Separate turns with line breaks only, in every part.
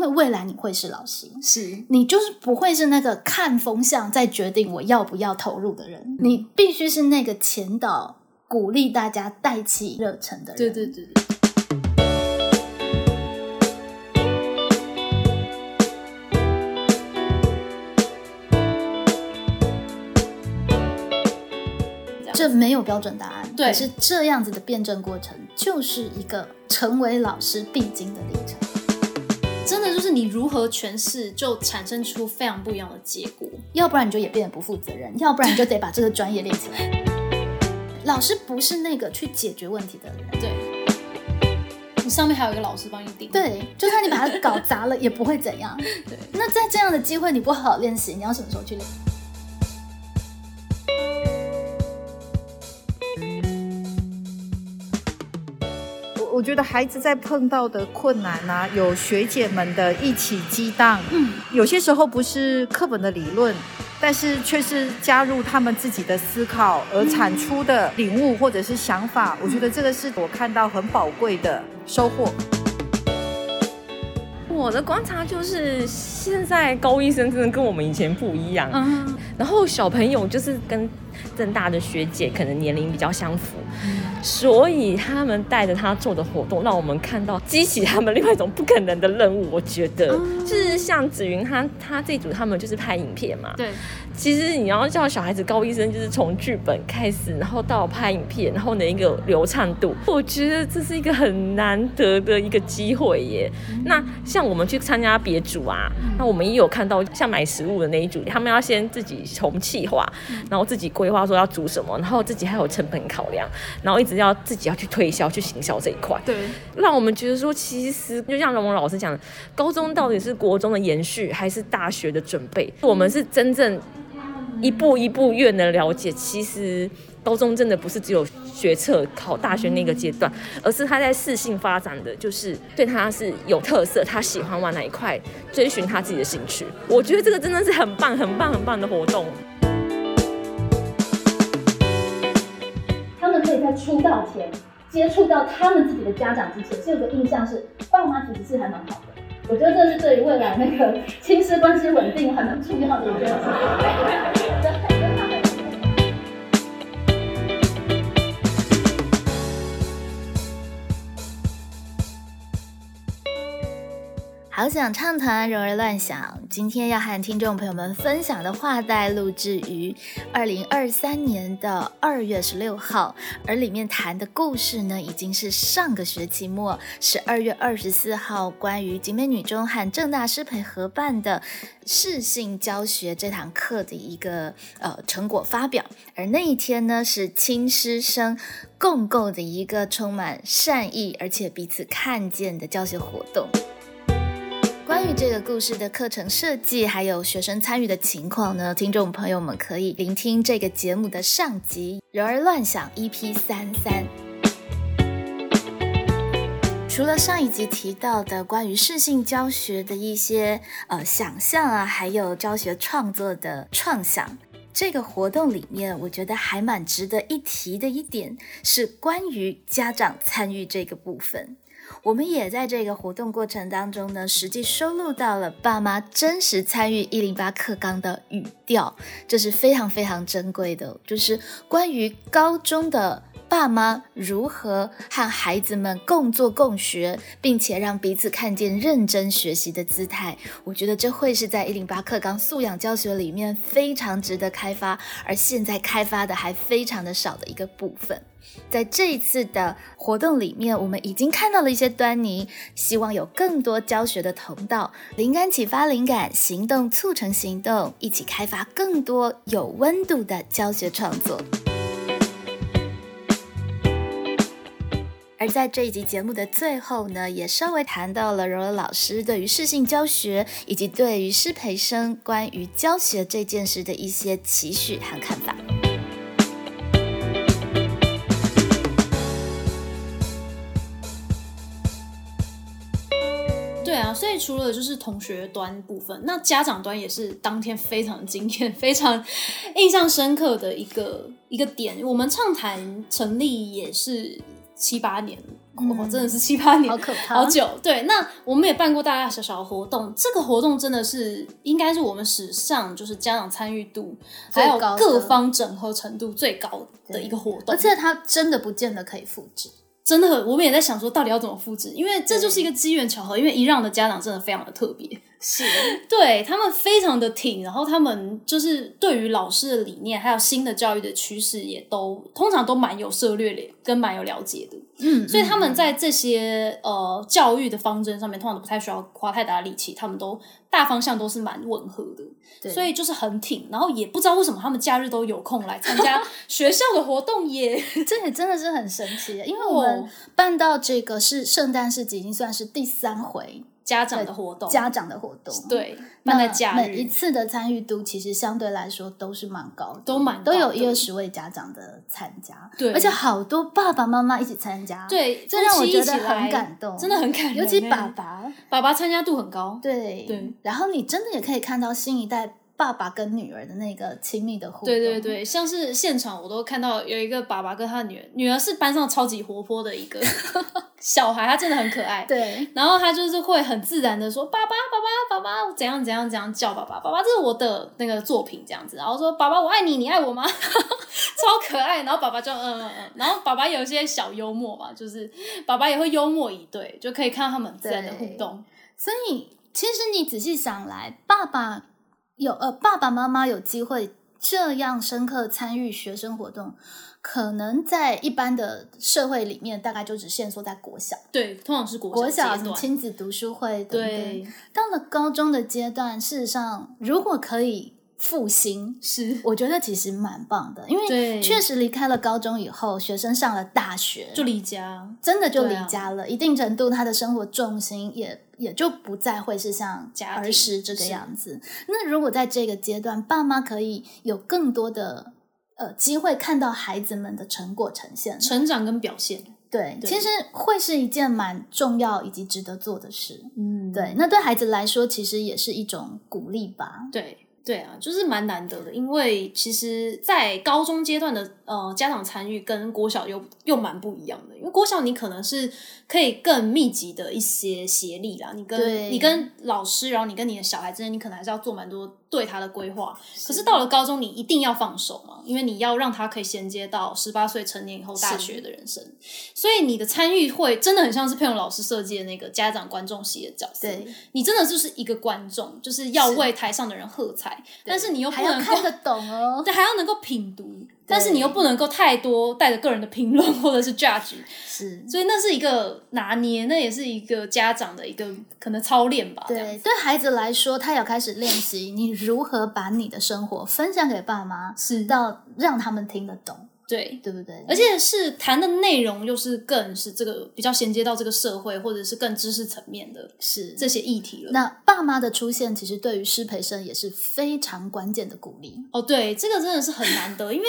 为未来你会是老师，
是
你就是不会是那个看风向再决定我要不要投入的
嗯
人，你必须是那个前导鼓励大家带起热忱的人。
对对对对。
这没有标准答案，
对
可是这样子的辩证过程就是一个成为老师必经的历程。
真的就是你如何诠释，就产生出非常不一样的结果。
要不然你就也变得不负责 任，要不然你就得把这个专业练起来。老师不是那个去解决问题的人，
对，你上面还有一个老师帮你顶。
对，就算你把它搞砸了也不会怎样。
对，
那在这样的机会，你不好好练习，你要什么时候去练？
我我觉得孩子在碰到的困难啊，有学姐们的一起激荡，
嗯，
有些时候不是课本的理论，但是却是加入他们自己的思考而产出的领悟或者是想法。我觉得这个是我看到很宝贵的收获。
我的观察就是，现在高一生真的跟我们以前不一样。
嗯，
然后小朋友就是跟正大的学姐可能年龄比较相符，所以他们带着他做的活动，让我们看到激起他们另外一种不可能的任务。我觉得、就是像紫云他他这组他们就是拍影片嘛，
对，
其实你要叫小孩子高一生，就是从剧本开始，然后到拍影片，然后的一个流畅度，我觉得这是一个很难得的一个机会耶。那像我们去参加别组啊，那我们也有看到像买食物的那一组，他们要先自己从企划，然后自己规划说要煮什么，然后自己还有成本考量，然后一直要自己要去推销、去行销这一块。
对，
让我们觉得说，其实就像龙龙老师讲的，高中到底是国中的延续，还是大学的准备？我们是真正一步一步越能了解，其实高中真的不是只有学测考大学那个阶段，而是他在适性发展的，就是对他是有特色，他喜欢玩哪一块，追寻他自己的兴趣。我觉得这个真的是很棒、很棒、很棒的活动。
他们可以在出道前接触到他们自己的家长之前，是有个印象是爸妈其实是还蛮好的。我觉得这是对于未来那个亲师关系稳定还蛮重要的一件事。
好想畅谈，容儿乱想。今天要和听众朋友们分享的话带录制于二零二三年的二月十六号，而里面谈的故事呢，已经是上个学期末十二月二十四号关于集美女中和正大师培合办的适性教学这堂课的一个呃成果发表。而那一天呢，是亲师生共构的一个充满善意而且彼此看见的教学活动。关于这个故事的课程设计，还有学生参与的情况呢，听众朋友们可以聆听这个节目的上集《人儿乱想》EP 三三。除了上一集提到的关于适性教学的一些呃想象啊，还有教学创作的创想，这个活动里面，我觉得还蛮值得一提的一点是关于家长参与这个部分。我们也在这个活动过程当中呢，实际收录到了爸妈真实参与一零八课纲的语调，这是非常非常珍贵的哦，就是关于高中的。爸妈如何和孩子们共做共学，并且让彼此看见认真学习的姿态，我觉得这会是在一零八课纲素养教学里面非常值得开发，而现在开发的还非常的少的一个部分。在这一次的活动里面，我们已经看到了一些端倪，希望有更多教学的同道，灵感启发灵感，行动促成行动，一起开发更多有温度的教学创作。而在这一集节目的最后呢，也稍微谈到了柔柔老师对于适性教学以及对于师培生关于教学这件事的一些期许和看法。
对啊，所以除了就是同学端部分，那家长端也是当天非常惊艳、非常印象深刻的一个一个点。我们畅谈成立也是七八年了，哇，真的是七八年，
好可怕，
好久。对，那我们也办过大大小小的活动，这个活动真的是应该是我们史上就是家长参与度还有
最高的
各方整合程度最高的一个活动，
而且它真的不见得可以复制。
真的很，我们也在想说到底要怎么复制，因为这就是一个机缘巧合，因为一让的家长真的非常的特别，
是，
对他们非常的挺，然后他们就是对于老师的理念，还有新的教育的趋势，也都通常都蛮有涉略的，跟蛮有了解的。
嗯，
所以他们在这些呃教育的方针上面，通常都不太需要花太大的力气，他们都大方向都是蛮吻合的，
对
所以就是很挺。然后也不知道为什么他们假日都有空来参 加学校的活动耶。
这也真的是很神奇，因为我们
哦
办到这个是圣诞市集，已经算是第三回
家长的活动，
家长的活动，，
对
那
办在假
每一
日，
次的参与度其实相对来说都是蛮高的，
都蛮高
都
的
有一二十位家长的参加，
对
而且好多爸爸妈妈一起参加，，
对，
这让我
夫妻
觉
一起
得很
来
感动
真的很感人欸。哎
尤其爸爸，
爸爸参加度很高，
对
对，
然后你真的也可以看到新一代爸爸跟女儿的那个亲密的互动，
对对。对，像是现场我都看到有一个爸爸跟他女儿，女儿是班上超级活泼 的一个小孩，她真的很可爱。
对，
然后他就是会很自然的说：“爸爸，爸爸，爸爸，怎样怎样怎样叫爸爸，爸爸，这是我的那个作品，这样子。”然后说：“爸爸，我爱你，你爱我吗？” 超可爱。然后爸爸就嗯嗯嗯，然后爸爸有一些小幽默嘛，就是爸爸也会幽默以对，就可以看到他们很自然的互
对
动。
所以其实你仔细想来，爸爸有呃爸爸妈妈有机会这样深刻参与学生活动，可能在一般的社会里面，大概就只限缩在国小、
对，通常是国
国小
小阶
什么
段。
亲子读书会等
对
等。，到了高中的阶段，事实上如果可以复兴。
是，
我觉得其实蛮棒的，因为
对
确实离开了高中以后，学生上了大学，
就离家
真的就
对
离
啊
家了，一定程度他的生活重心也也就不再会是像
家
儿
庭
时这个
是
样子。那如果在这个阶段，爸妈可以有更多的呃机会看到孩子们的成果呈现，
成长跟表现。
对，
对
其实会是一件蛮重要以及值得做的事。
嗯，
对，那对孩子来说，其实也是一种鼓励吧。
对对啊，就是蛮难得的，因为其实，在高中阶段的呃家长参与跟国小又又蛮不一样的，因为国小你可能是可以更密集的一些协力啦，你
对
跟你跟老师，然后你跟你的小孩之间，你可能还是要做蛮多对他的规划。可是到了高中，你一定要放手嘛，因为你要让他可以衔接到十八岁成年以后大
是
学的人生，所以你的参与会真的很像是佩蓉老师设计的那个家长观众席的角色。
对，
你真的就是一个观众，就是要
是
为台上的人喝彩，但是你又不
还要
能够
看得懂哦。
对，还要能够品读，但是你又不能够太多带着个人的评论或者是 judge，
嗯是，
所以那是一个拿捏，那也是一个家长的一个可能操练吧。这样
对，对孩子来说，他要开始练习你如何把你的生活分享给爸妈，
是
到让他们听得懂，
对，
对不对？
而且是谈的内容又是更是这个比较衔接到这个社会或者是更知识层面的
是
这些议题了。
那爸妈的出现，其实对于师培生也是非常关键的鼓励。
哦，对，这个真的是很难得，因为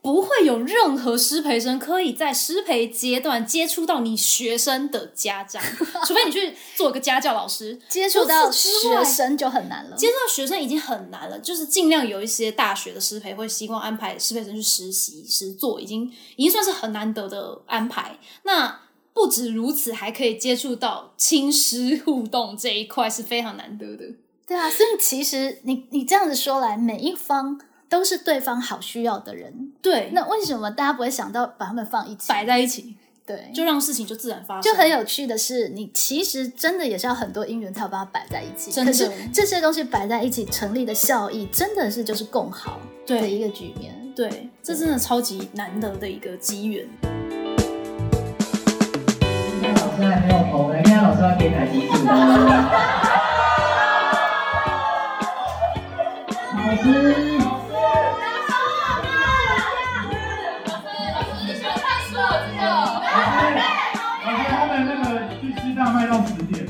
不会有任何师培生可以在师培阶段接触到你学生的家长，除非你去做个家教老师，
接触到
除此之
学
外
生就很难了，
接触到学生已经很难了，就是尽量有一些大学的师培会希望安排师培生去实习、实做，已经已经算是很难得的安排。那不止如此，还可以接触到亲师互动这一块是非常难得的。
对啊。所以其实你你这样子说来，每一方都是对方好需要的人。
对，
那为什么大家不会想到把他们放一起？
摆在一起
对，
就让事情就自然发生，
就很有趣的是，你其实真的也是要很多因缘才有办法摆在一起。
真
可
的
是这些东西摆在一起成立的效益，真的是就是共好
对
的一个局面。
对，这真的超级难得的一个机缘。
今天老师还没有投呢，今天老师要给哪几组呢？老师，老师，老师，他们那个去吃大卖到十点。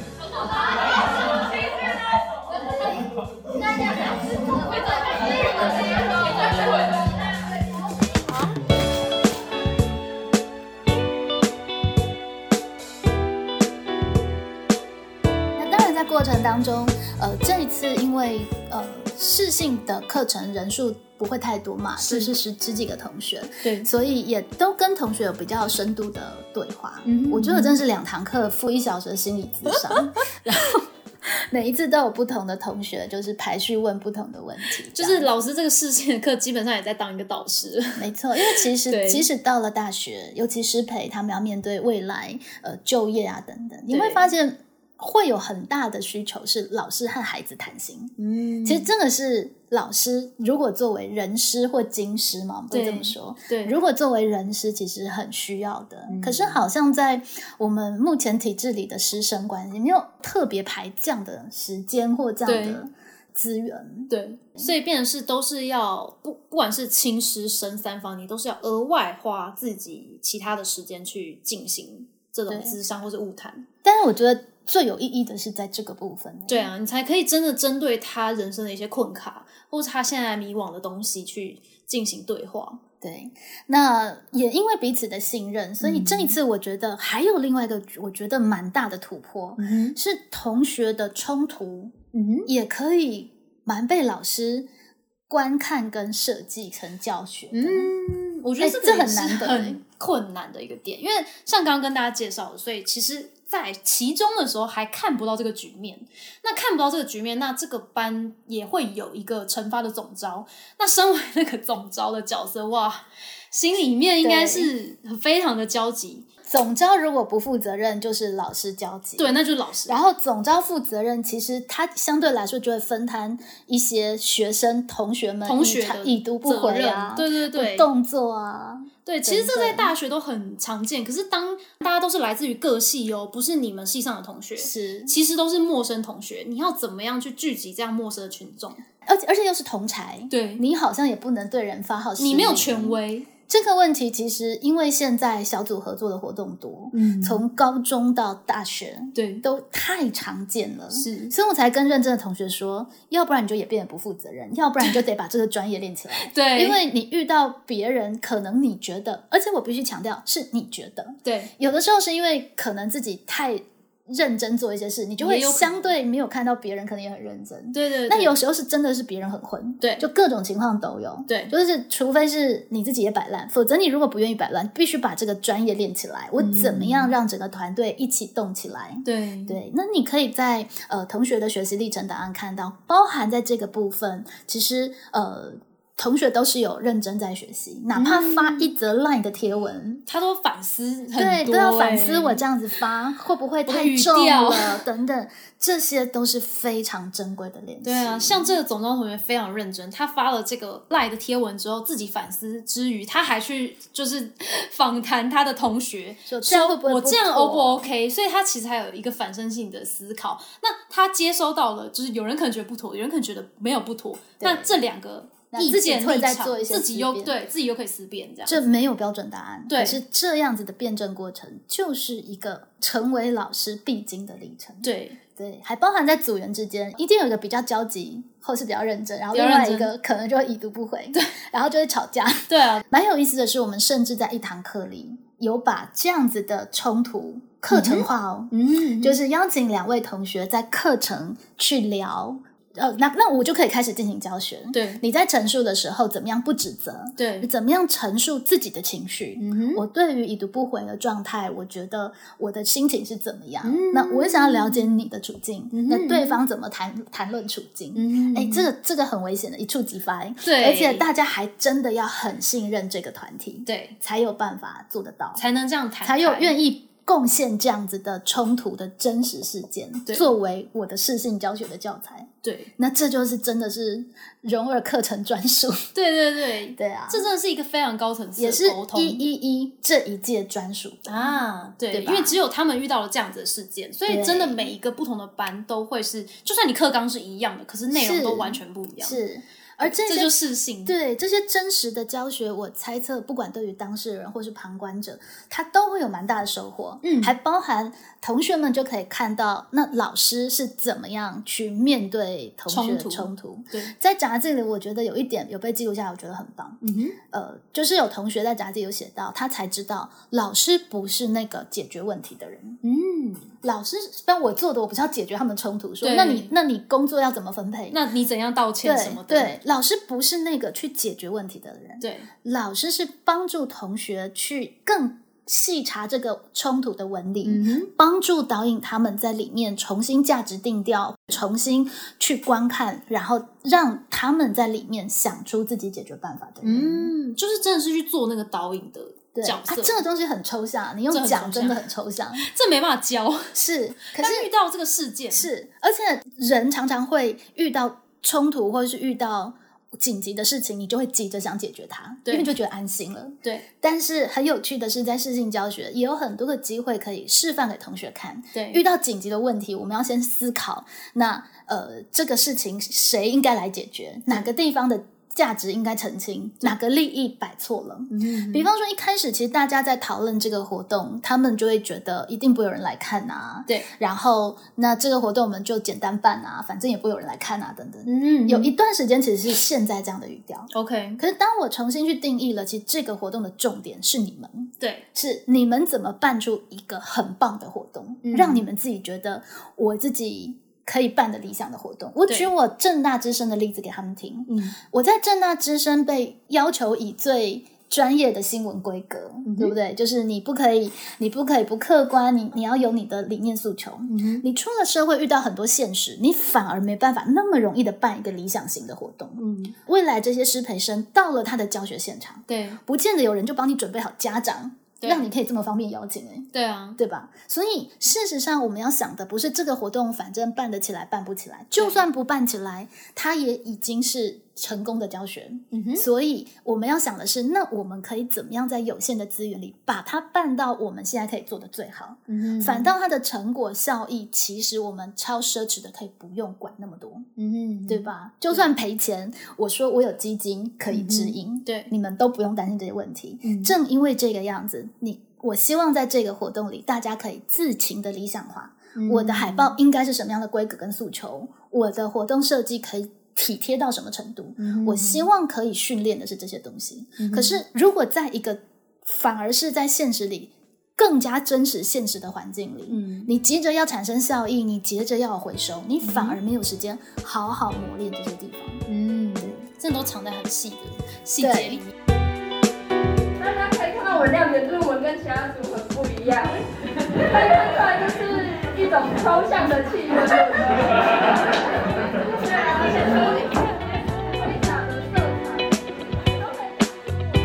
那当然，在过程当中，呃，这一次因为呃视信的课程人数不会太多嘛，
是
就是十十几个同学，
对，
所以也都跟同学有比较深度的对话。
嗯哼
我觉得真是两堂课付一小时的心理咨 商，然后每一次都有不同的同学，就是排序问不同的问题，
就是
这样
老师这个视线的课，基本上也在当一个导师。
没错。因为其实
对
即使到了大学，尤其师培，他们要面对未来呃就业啊等等，你
对
会发现会有很大的需求是老师和孩子谈心。
嗯
其实这个是老师，如果作为人师或经师嘛，我们会
对
这么说，
对，嗯
如果作为人师，其实很需要的。可是好像在我们目前体制里的师生关系，没有特别排这样的时间或这样的
对
资源。
对，所以变成是都是要不不管是亲师生三方，你都是要额外花自己其他的时间去进行这种
对
智商或是物谈。
但是我觉得最有意义的是在这个部分。
对，啊，你才可以真的针对他人生的一些困卡，或是他现在迷惘的东西去进行对话。
对。那也因为彼此的信任，所以
嗯
这一次我觉得还有另外一个，我觉得蛮大的突破，
嗯
是同学的冲突
嗯，
也可以蛮被老师观看跟设计成教学的。
嗯，我觉得
哎
这个
这
也
很
是
难得哎
很困难的一个点，因为像刚刚跟大家介绍的，所以其实，在其中的时候还看不到这个局面。那看不到这个局面，那这个班也会有一个惩罚的总招。那身为那个总招的角色，哇，心里面应该是非常的焦急。
总招如果不负责任，就是老师交集。
对，。那就是老师。
然后总招负责任，其实他相对来说就会分摊一些学生同学们
同学
已
的
差已读不
责
回
任
啊，，
对对对，
不动作啊，
对，其实这在
等等
大学都很常见。可是当大家都是来自于各系哦，不是你们系上的同学，
是，
其实都是陌生同学。你要怎么样去聚集这样陌生的群众？
而且而且又是同才，
对你，
你好像也不能对人发号施令，
你没有权。威，
这个问题其实因为现在小组合作的活动多，
嗯
从高中到大学
对
都太常见了，
是，
所以我才跟认真的同学说，要不然你就也变得不负责任，要不然你就得把这个专业练起来。
对，
因为你遇到别人，可能你觉得，而且我必须强调，是你觉得，
对
有的时候是因为可能自己太认真做一些事，你就会
也有可能
相对没有看到别人可能也很认真。
对对，
那
对
有时候是真的是别人很混，
对
就各种情况都有。
对
就是除非是你自己也摆烂，否则你如果不愿意摆烂，必须把这个专业练起来。我怎么
嗯
样让整个团队一起动起来？
对
对，那你可以在呃同学的学习历程档案看到，包含在这个部分，其实呃同学都是有认真在学习，哪怕发一则 LINE 的贴文。
他都反思很多、
对，都要反思
欸
我这样子发会不会
的
太
语
重
调
了，等等，这些都是非常珍贵的练习。
对啊，像这个总招同学非常认真，他发了这个赖的贴文之后，自己反思之余，他还去就是 访谈他的同学，
说
说
这样会不会
我
不
这样 O 不
妥
OK？所以他其实还有一个反身性的思考。那他接收到了，就是有人可能觉得不妥，有人可能觉得没有不妥。
对
那这两个
那
意
自己
见
会
立
再
场，
做一些
自己
思
又
辨
对自己又可以思辨这样。
这没有标准答案，
对
可是这样子的辩证过程就是一个成为老师必经的历程。
对
对，还包含在组员之间，一定有一个比较焦急或是比较认真，然后
比
另
较
外
认
一个可能就会已读不回，对，然后就会吵架。
对啊，
蛮有意思的是，我们甚至在一堂课里有把这样子的冲突课程化哦，
嗯
就是是邀请两位同学在课程去聊，呃，那那我就可以开始进行教学。
对
你在陈述的时候，怎么样不指责？
对，
怎么样陈述自己的情绪？
嗯哼
我对于已读不回的状态，我觉得我的心情是怎么样？
嗯
那我也想要了解你的处境，
嗯哼
那对方怎么谈谈论处境？
嗯
哎、这个这个很危险的，一触即发。哎
对
而且大家还真的要很信任这个团体，
对
才有办法做得到，
才能这样谈，
才有愿意贡献这样子的冲突的真实事件，
对
作为我的适性教学的教材。
对
那这就是真的是荣尔课程专属，
对对对。
对啊，
这真的是一个非常高层次
也是
的沟通，
一一一这一届专属的。
啊，对，
对吧
因为只有他们遇到了这样子的事件，所
对
以真的每一个不同的班都会是，就算你课纲是一样的，可是内容
是
都完全不一样。，
是，而这
这
些
就是性。
对这些真实的教学，我猜测不管对于当事人或是旁观者，他都会有蛮大的收获。
嗯
还包含同学们就可以看到，那老师是怎么样去面对同学的
冲突
冲突。
对，
在杂志里，我觉得有一点有被记录下来，我觉得很棒。
嗯哼，
呃，就是有同学在杂志有写到，他才知道老师不是那个解决问题的人，
嗯，
嗯，老师，但我做的我不是要解决他们的冲突，说
对
那你那你工作要怎么分配？
那你怎样道歉什么
对
的？
对，老师不是那个去解决问题的人，
对
老师是帮助同学去更细查这个冲突的纹理，
嗯哼，
帮助导引他们在里面重新价值定调，重新去观看，然后让他们在里面想出自己解决办法的人。
嗯，就是真的是去做那个导引的
对
角
啊，
色，
这个东西很抽象，你
这
用
很
讲
抽
真的
象
很抽 象。
这没办法教。
是，可是
但遇到这个事件，
是，而且人常常会遇到冲突或者是遇到紧急的事情，你就会急着想解决它，因
对
为你就觉得安心了。
对
但是很有趣的是，在视性教学也有很多个机会可以示范给同学看。
对，
遇到紧急的问题，我们要先思考，那呃，这个事情谁应该来解决？哪个地方的价值应该澄清？哪个利益摆错了？
嗯
比方说，一开始其实大家在讨论这个活动，他们就会觉得一定不会有人来看啊，
对，
然后那这个活动我们就简单办啊，反正也不会有人来看啊，等等。
嗯
有一段时间其实是现在这样的语调，
OK，
可是当我重新去定义了，其实这个活动的重点是你们，
对
是你们怎么办出一个很棒的活动，
嗯
让你们自己觉得我自己可以办的理想的活动。我
对
举我正大之声的例子给他们听，
嗯
我在正大之声被要求以最专业的新闻规格，
嗯
对不对？就是你不可以，你不可以不客观，你你要有你的理念诉求。
嗯
你出了社会，遇到很多现实，你反而没办法那么容易的办一个理想型的活动。
嗯，
未来这些师培生到了他的教学现场，
对
不见得有人就帮你准备好家长，
对
让你可以这么方便邀请、欸，
对啊，
对吧？所以事实上，我们要想的不是这个活动，反正办得起来，办不起来，就算不办起来，它也已经是成功的教学。
嗯哼，
所以我们要想的是，那我们可以怎么样在有限的资源里，把它办到我们现在可以做的最好？
嗯
反倒它的成果效益，其实我们超奢侈的，可以不用管那么多，
嗯
对吧？就算赔钱，我说我有基金可以
嗯
指
哼
引，
对
你们都不用担心这些问题。
嗯
正因为这个样子，你我希望在这个活动里，大家可以自行的理想化。
嗯
我的海报应该是什么样的规格跟诉求？我的活动设计可以体贴到什么程度？我
嗯
希望可以训练的是这些东西。可是如果在一个反而是在现实里更加真实现实的环境里，
嗯
你急着要产生效益，你急着要有回收，你反而没有时间好好磨练这些地方。
嗯，真的都藏在很细的细
对
节里面。
大家可以看到我亮点就是我跟其他组很不一样， 但看出来就是一种抽象的气氛。对 啊，而且说你看会场的色彩都很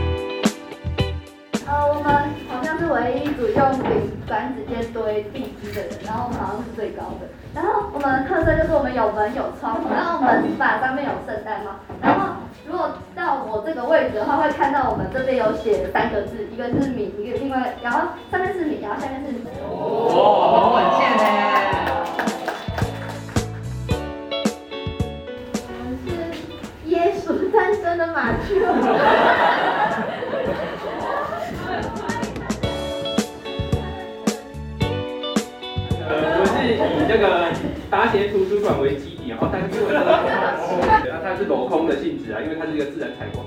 呃，我们好像是唯一一组用丙酸直接堆地基的人，然后我们好像是最高的。然后我们的特色就是我们有门有窗，然后门把上面有圣诞帽，然后如果到我这个位置的话，会看到我们这边有写三个字，一个是米，一个另外，然后上面是米，然后下面是米。我们是耶稣诞生的马厩。
呃，我是以这个大学图书馆为基底，然后但是因为它它是镂空的 性质啊，因为它是一个自然采光。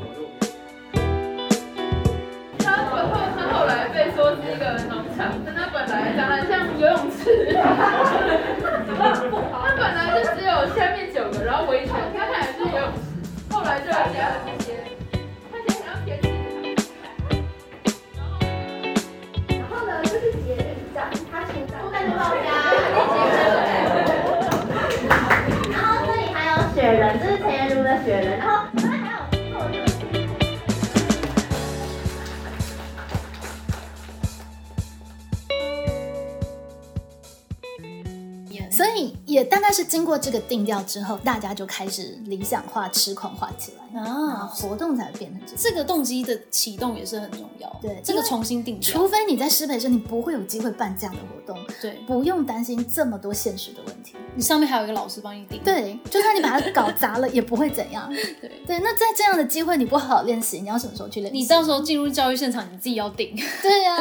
它本后它后来被说是一个农场，但它本来长得像游泳池。它本来就只有下面九个，然后围起来，它看起来是游泳池，后来就要加了这些，看起来很像天气。然后呢，就是姐长，她成 长，不能报家，然后这里还有雪人，这是陈颜如的雪人，然后它还有哦做这个。
所以也大概是经过这个定调之后，大家就开始理想化、痴狂化起来，然后
啊，
活动才变成这样。
这个动机的启动也是很重要。
对
这
因
个
为
重新定调。
除非你在师培生，你不会有机会办这样的活动，
对
不用担心这么多现实的问题。
你上面还有一个老师帮你定。
对，就算你把它搞砸了，也不会怎样。
对，
对，那在这样的机会，你不好好练习，你要什么时候去练习？
你啊到时候进入教育现场，你自己要 定。
对呀、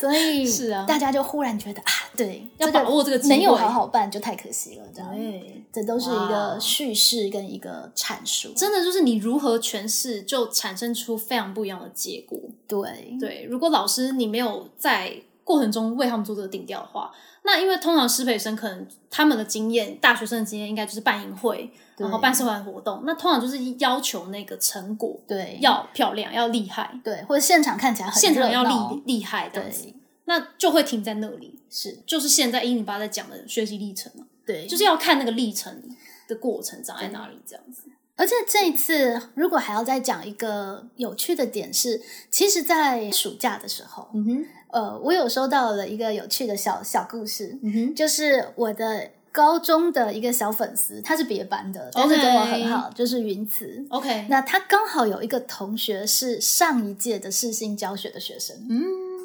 所以
是啊
大家就忽然觉得啊，对，
要
这个
把握这个机会
没有好好办就太可惜了，这样。
对，
这都是一个
哇
叙事跟一个阐述，
真的就是你如何诠释，就产生出非常不一样的结果。
对
对，如果老师你没有在过程中为他们做这个定调的话，那因为通常师培生可能他们的经验，大学生的经验应该就是办营会，然后办社团活动，那通常就是要求那个成果
对
要漂亮，要厉害，
对，或者现场看起来很
现场
热
要
闹
厉厉害这样子，
对
那就会停在那里。是，就是现在一零八在讲的学习历程啊，
对，
就是要看那个历程的过程长在哪里这样子。
而且这一次，如果还要再讲一个有趣的点是，其实，在暑假的时候，
嗯哼，
呃，我有收到了一个有趣的小小故事，
嗯哼，
就是我的高中的一个小粉丝，他是别班的，但是跟我很好就是云慈。
OK，
那他刚好有一个同学是上一届的世新教学的学生，
嗯，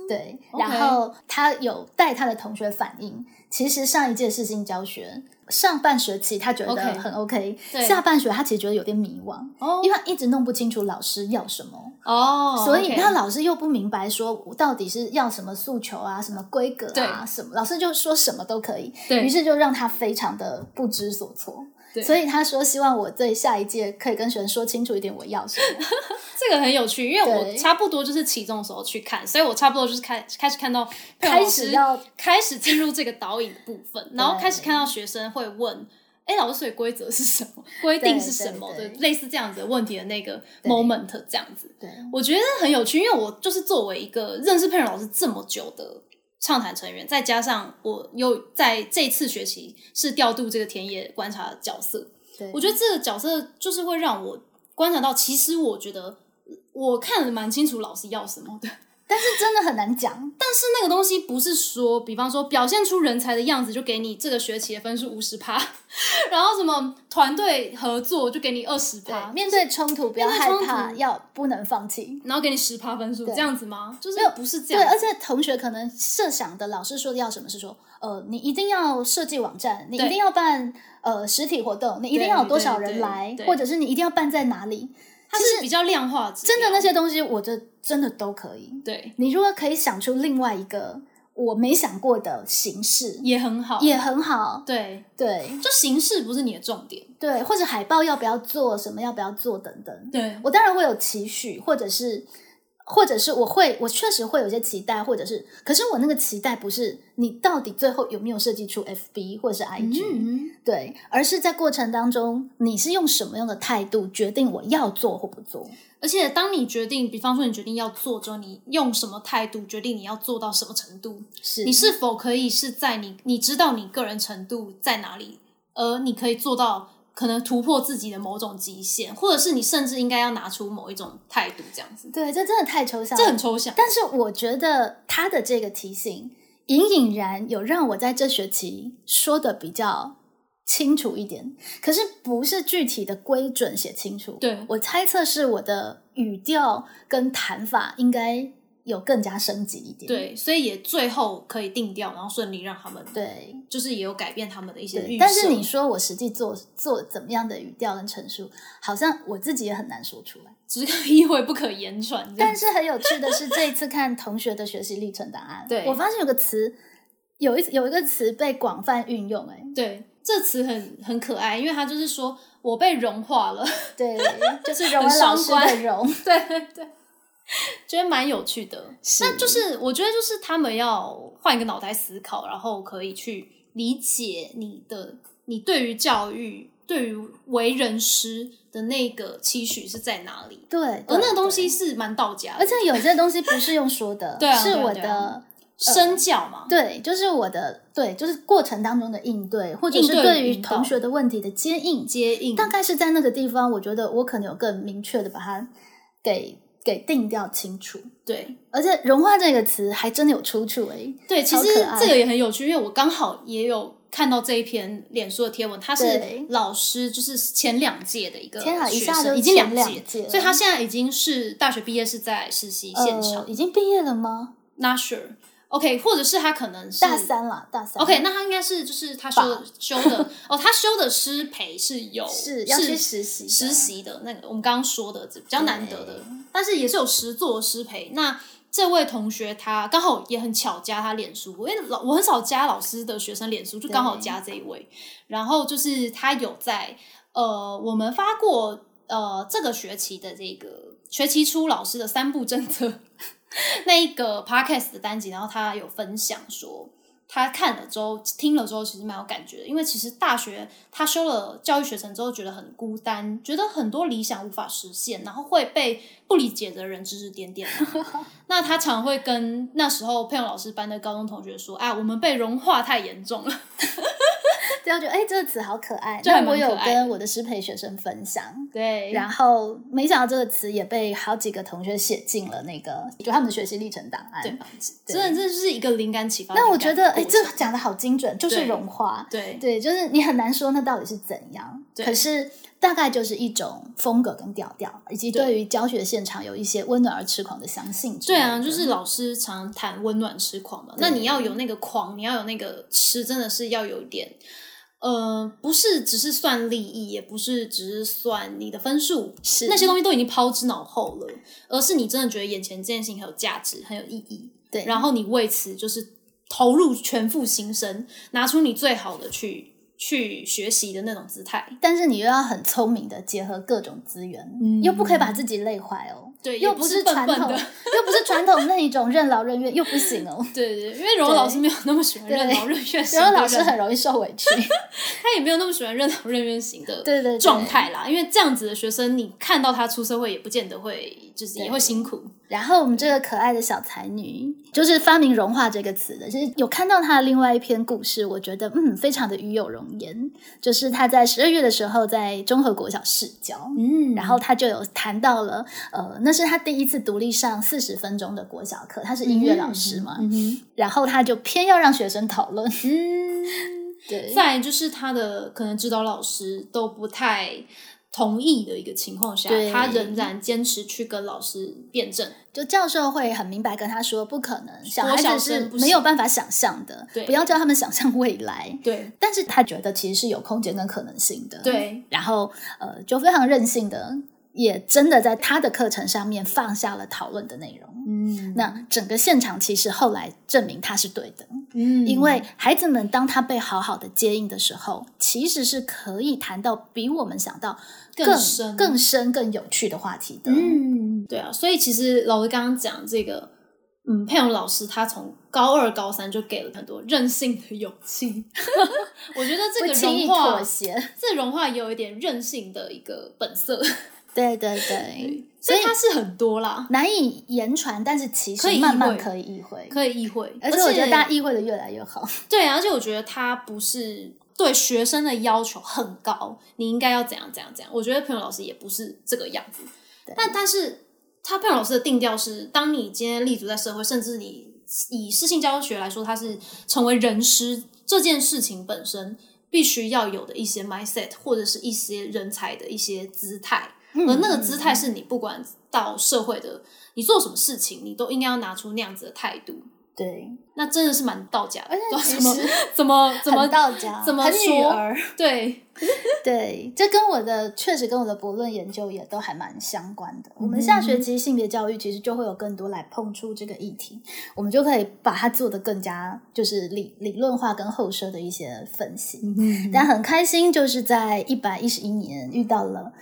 对，
OK
然后他有带他的同学反映，其实上一届世新教学上半学期他觉得
OK
很 OK，,
对
下半学他其实觉得有点迷惘，
哦
因为他一直弄不清楚老师要什么，
哦，
所以那
他
老师又不明白说我到底是要什么诉求啊，什么规格啊，
对
什么，老师就说什么都可以，
对
于是就让他非常的不知所措
对。
所以他说，希望我在下一届可以跟学生说清楚一点我要什 么。
这个很有趣，因为我
对
差不多就是启动的时候去看，所以我差不多就是开开始看到
开始要
开始进入这个导引的部分，然后开始看到学生会问。哎，老师，所以规则是什么？ 规定是什么
对
的
对？对
类似这样子的问题的那个
对
moment 这样子，
对，
我觉得很有趣，因为我就是作为一个认识佩蓉老师这么久的畅谈成员，再加上我又在这次学期是调度这个田野观察的角色，
对
我觉得这个角色就是会让我观察到，其实我觉得我看得蛮清楚老师要什么的，
但是真的很难讲。
但是那个东西不是说，比方说表现出人才的样子就给你这个学期的分数五十趴， 然后什么团队合作就给你二十趴
对，，面对冲突不要
面
害
对冲
怕，
突
要不能放弃。
然后给你十趴分数，
对
这样子吗？就是
没有
不是这
对，
样子，
而且同学可能设想的老师说的要什么是说，呃，你一定要设计网站，你一
对
定要办呃实体活动，你一定要有多少人来
对对，对
或者是你一定要办在哪里。
它是比较量化指标，
真的那些东西，我觉得真的都可以。
对
你如果可以想出另外一个我没想过的形式，
也很好，
也很好。
对，
对
就形式不是你的重点，
对，或者海报要不要做，什么要不要做等等。
对
我当然会有期许，或者是，或者是我会，我确实会有一些期待，或者是，可是我那个期待不是你到底最后有没有设计出 FB 或者是 IG，、
嗯，
对，而是在过程当中你是用什么样的态度决定我要做或不做。
而且当你决定，比方说你决定要做之后，你用什么态度决定你要做到什么程度，
是
你是否可以是在你你知道你个人程度在哪里，而你可以做到可能突破自己的某种极限，或者是你甚至应该要拿出某一种态度这样子，
对，这真的太抽象了，
这很抽象，
但是我觉得他的这个提醒，隐隐然有让我在这学期说的比较清楚一点，可是不是具体的规准写清楚。
对
我猜测是我的语调跟谈法应该有更加升级一点。
对，所以也最后可以定掉，然后顺利让他们，
对。
就是也有改变他们的一些
对
预设，
但是你说我实际做做怎么样的语调跟陈述，好像我自己也很难说出来。
只可意会不可言传这样子，
但是很有趣的是，这一次看同学的学习历程档案，
对
我发现有个词，有一有一个词被广泛运用、哎，
对，这词很很可爱，因为它就是说我被融化了，
对，就是荣
很
恩老
双
师
关
的 荣，
对对对，觉得蛮有趣的。那就是我觉得就是他们要换一个脑袋思考，然后可以去理解你的你对于教育、对于为人师的那个期许是在哪里，
对，
而
对
那个东西
对
是蛮道家的，
而且有些东西不是用说的，
对啊
是
对啊
我
对啊
的。
身教嘛，
对，就是我的对，就是过程当中的应对，或者
应
是
对与
对于
引导
同学的问题的接应，
接应
大概是在那个地方，我觉得我可能有更明确的把它给给定调清楚。
对。
而且“融化”这个词还真的有出处哎诶、
对，其
超
实
可爱
这个也很有趣，因为我刚好也有看到这一篇脸书的贴文，他是
对
老师，就是前两届的一个学
天
生，
啊一下就
已经
前两
届，
届了
所以他现在已经是大学毕业，是在实习现场
呃，。已经毕业了吗？
Not sure。OK，或者是他可能是
大。三啊啦，大三。
OK，那他应该是就是他修的修的哦，他修的师培是有
是要去实习的
实习的那个，我们刚刚说的比较难得的，但是也是有实作师培。那这位同学他刚好也很巧加他脸书，因为老我很少加老师的学生脸书，就刚好加这一位。然后就是他有在呃，我们发过呃这个学期的这个学期初老师的三部政策 那一个 podcast 的单集，然后他有分享说，他看了之后听了之后，其实蛮有感觉的，因为其实大学他修了教育学程之后，觉得很孤单，觉得很多理想无法实现，然后会被不理解的人指指点点。那他常会跟那时候佩蓉老师班的高中同学说：“啊，我们被融化太严重了。”
对，我觉得哎， 这个词好可爱。
就还
那我
蛮可
有
爱的哎
跟我的师培学生分享，
对，
然后没想到这个词也被好几个同学写进了那个，就他们的学习历程档案。
对，真的这就是一个灵感启发的
那
灵
我觉
感过程。
得，哎，这讲的好精准，就是
对
融化。
对
对，就是你很难说那到底是怎样，
对
可是大概就是一种风格跟调调，以及
对
对于教学现场有一些温暖而痴狂的相信之
对
类的。
啊，就是老师常谈温暖痴狂嘛。那你要有那个狂，你要有那个痴，真的是要有一点，呃，不是只是算利益，也不是只是算你的分数，
是
那些东西都已经抛之脑后了，而是你真的觉得眼前这件事情很有价值，很有意义，
对，
然后你为此就是投入全副心神，拿出你最好的去去学习的那种姿态。
但是你又要很聪明的结合各种资源，
嗯
又不可以把自己累坏哦。
对
又
也不
是
是笨
传
笨
统，
的
又不是传统那一种任劳任怨，又不行 哦。
对对，对因为荣荣老师没有那么喜欢
对
任劳任怨型
然后
的人，
老师很容易受委屈，
他也没有那么喜欢任劳任怨型的
对对对
状态啦，因为这样子的学生，你看到他出社会也不见得会，就是也会辛苦。
然后我们这个可爱的小才女，就是发明“融化”这个词的，就是有看到她的另外一篇故事，我觉得嗯，非常的与有容颜。就是她在十二月的时候在中和国小试教，
嗯
然后她就有谈到了，呃，那是她第一次独立上四十分钟的国小课，她是音乐老师嘛，
嗯哼，
然后她就偏要让学生讨论，
嗯，
对
再来就是他的可能指导老师都不太同意的一个情况下
对，
他仍然坚持去跟老师辩证。
就教授会很明白跟他说，不可能，小孩
小
子是
生不
没有
行
办法想象的，
对
不要叫他们想象未来。
对
但是他觉得其实是有空间跟可能性的，。
对，
然后呃，就非常任性的，也真的在他的课程上面放下了讨论的内容。
嗯
那整个现场其实后来证明他是对的，
嗯
因为孩子们当他被好好的接应的时候，其实是可以谈到比我们想到
更
更
深
更深、更有趣的话题的。
嗯，对啊，所以其实老师刚刚讲这个，嗯，佩蓉老师他从高二、高三就给了很多任性的勇气。 我觉得这
不
个
轻易
融化
妥，协，
这融化也有一点任性的一个本色，
对对对，
所
所
以
以
它是很多啦，
难以言传，但是其
可
实
以意
慢慢
会
可以意会，
可以意会。
而且我觉得大家意会的越来越好。
对啊，而且我觉得他不是对学生的要求很高，你应该要怎样怎样怎样。我觉得佩蓉老师也不是这个样子
对，
但但是他佩蓉老师的定调是，当你今天立足在社会，甚至你以适性教学来说，他是成为人师这件事情本身必须要有的一些 mindset，或者是一些人才的一些姿态。
嗯
而那个姿态是你不管到社会的，你做什么事情，你都应该要拿出那样子的态度。
对，
那真的是蛮道家的，不知
其
道怎么
实
怎么怎么
很道家，
怎么
很女
说
儿，
对，
对，这跟我的确实跟我的博论研究也都还蛮相关的。我们下学期性别教育其实就会有更多来碰触这个议题，我们就可以把它做得更加就是理理论化跟后设的一些分析。但很开心，就是在一百一十一年遇到了。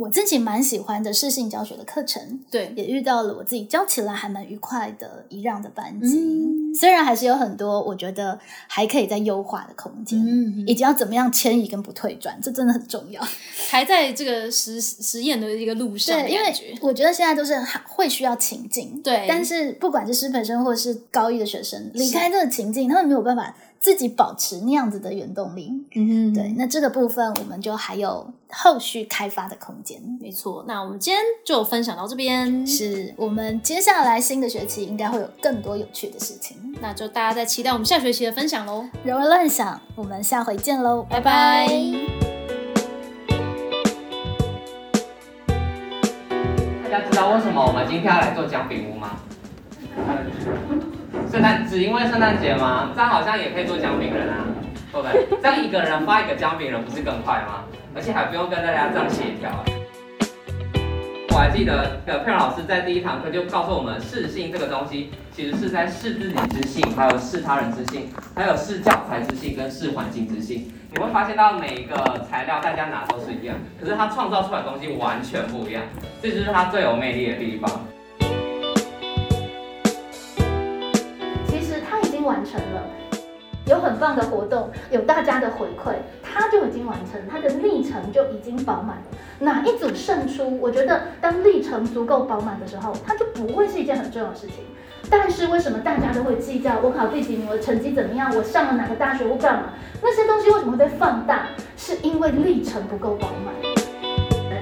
我自己蛮喜欢的适性教学的课程，
对
也遇到了我自己教起来还蛮愉快的一样的班级，虽然还是有很多我觉得还可以再优化的空间，
嗯
以及要怎么样迁移跟不退转，这真的很重要。
还在这个实实验的一个路上的
对，因
感
为
觉，
我觉得现在都是很会需要情境，
对
但是不管是师培生或是高一的学生，离开这个情境，他们没有办法自己保持那样子的原动力。
嗯
对，，那这个部分我们就还有后续开发的空间。
没错。那我们今天就分享到这边，，
是我们接下来新的学期应该会有更多有趣的事情。
那就大家再期待我们下学期的分享喽，
柔柔乱想，我们下回见喽，
拜拜。
大家知道为什么我们今天要来做姜饼屋吗？圣诞只因为圣诞节吗？这样好像也可以做姜饼人啊，对不对？这样一个人发一个姜饼人不是更快吗？而且还不用跟大家这样协调啊。我还记得呃佩蓉老师在第一堂课就告诉我们，试性这个东西其实是在试自己之性，还有试他人之性，还有试教材之性跟试环境之性。你会发现到每一个材料大家拿都是一样，可是它创造出来的东西完全不一样。这就是它最有魅力的地方。
棒的活动，有大家的回馈，它就已经完成，它的历程就已经饱满了。哪一组胜出，我觉得当历程足够饱满的时候，它就不会是一件很重要的事情。但是为什么大家都会计较我考第几名，我的成绩怎么样，我上了哪个大学，我干嘛？那些东西为什么会被放大？是因为历程不够饱满。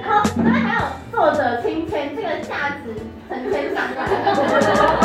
然后那还有作者亲签，这个价值成千上万。